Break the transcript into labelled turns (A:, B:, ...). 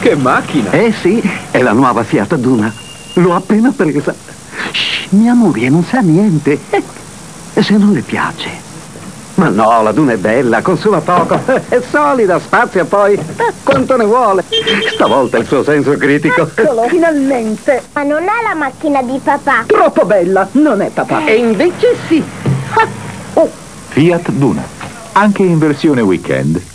A: Che macchina!
B: Eh sì, è la nuova Fiat Duna. L'ho appena presa. Shh, mia moglie non sa niente. E se non le piace? Ma no, la Duna è bella, consuma poco, è solida, spazia poi eh, quanto ne vuole. Stavolta il suo senso critico.
C: Eccolo, finalmente.
D: Ma non è la macchina di papà.
C: Troppo bella, non è papà.
B: E invece sì.
E: Fiat Duna, anche in versione weekend